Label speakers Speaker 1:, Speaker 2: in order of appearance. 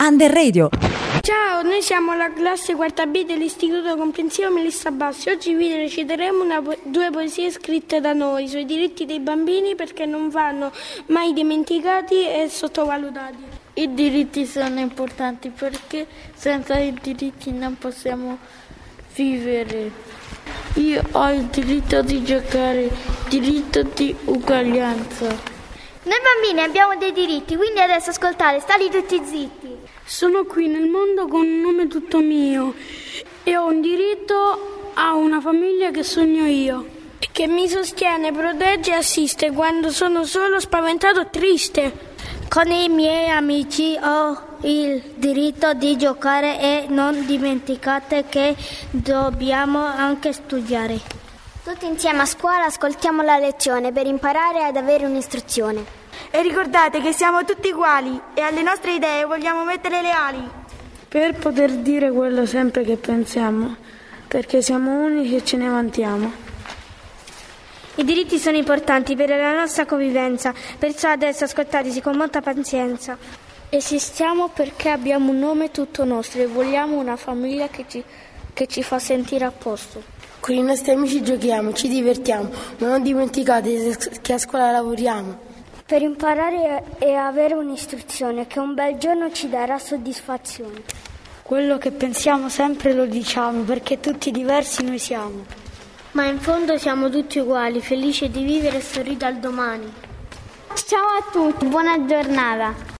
Speaker 1: Under Radio.
Speaker 2: Ciao, noi siamo la classe quarta B dell'Istituto Comprensivo Melissa Bassi. Oggi vi reciteremo una po- due poesie scritte da noi sui diritti dei bambini perché non vanno mai dimenticati e sottovalutati.
Speaker 3: I diritti sono importanti perché senza i diritti non possiamo vivere. Io ho il diritto di giocare, diritto di uguaglianza.
Speaker 4: Noi bambini abbiamo dei diritti, quindi adesso ascoltate, stali tutti zitti.
Speaker 2: Sono qui nel mondo con un nome tutto mio e ho un diritto a una famiglia che sogno io. Che mi sostiene, protegge e assiste quando sono solo, spaventato e triste.
Speaker 3: Con i miei amici ho il diritto di giocare e non dimenticate che dobbiamo anche studiare.
Speaker 4: Tutti insieme a scuola ascoltiamo la lezione per imparare ad avere un'istruzione.
Speaker 5: E ricordate che siamo tutti uguali e alle nostre idee vogliamo mettere le ali.
Speaker 2: Per poter dire quello sempre che pensiamo, perché siamo unici e ce ne vantiamo.
Speaker 3: I diritti sono importanti per la nostra convivenza, perciò adesso ascoltateci con molta pazienza. Esistiamo perché abbiamo un nome tutto nostro e vogliamo una famiglia che ci, che ci fa sentire a posto.
Speaker 6: Con i nostri amici giochiamo, ci divertiamo, ma non dimenticate che a scuola lavoriamo.
Speaker 3: Per imparare e avere un'istruzione che un bel giorno ci darà soddisfazione. Quello che pensiamo sempre lo diciamo perché tutti diversi noi siamo. Ma in fondo siamo tutti uguali, felici di vivere e sorride al domani.
Speaker 4: Ciao a tutti, buona giornata.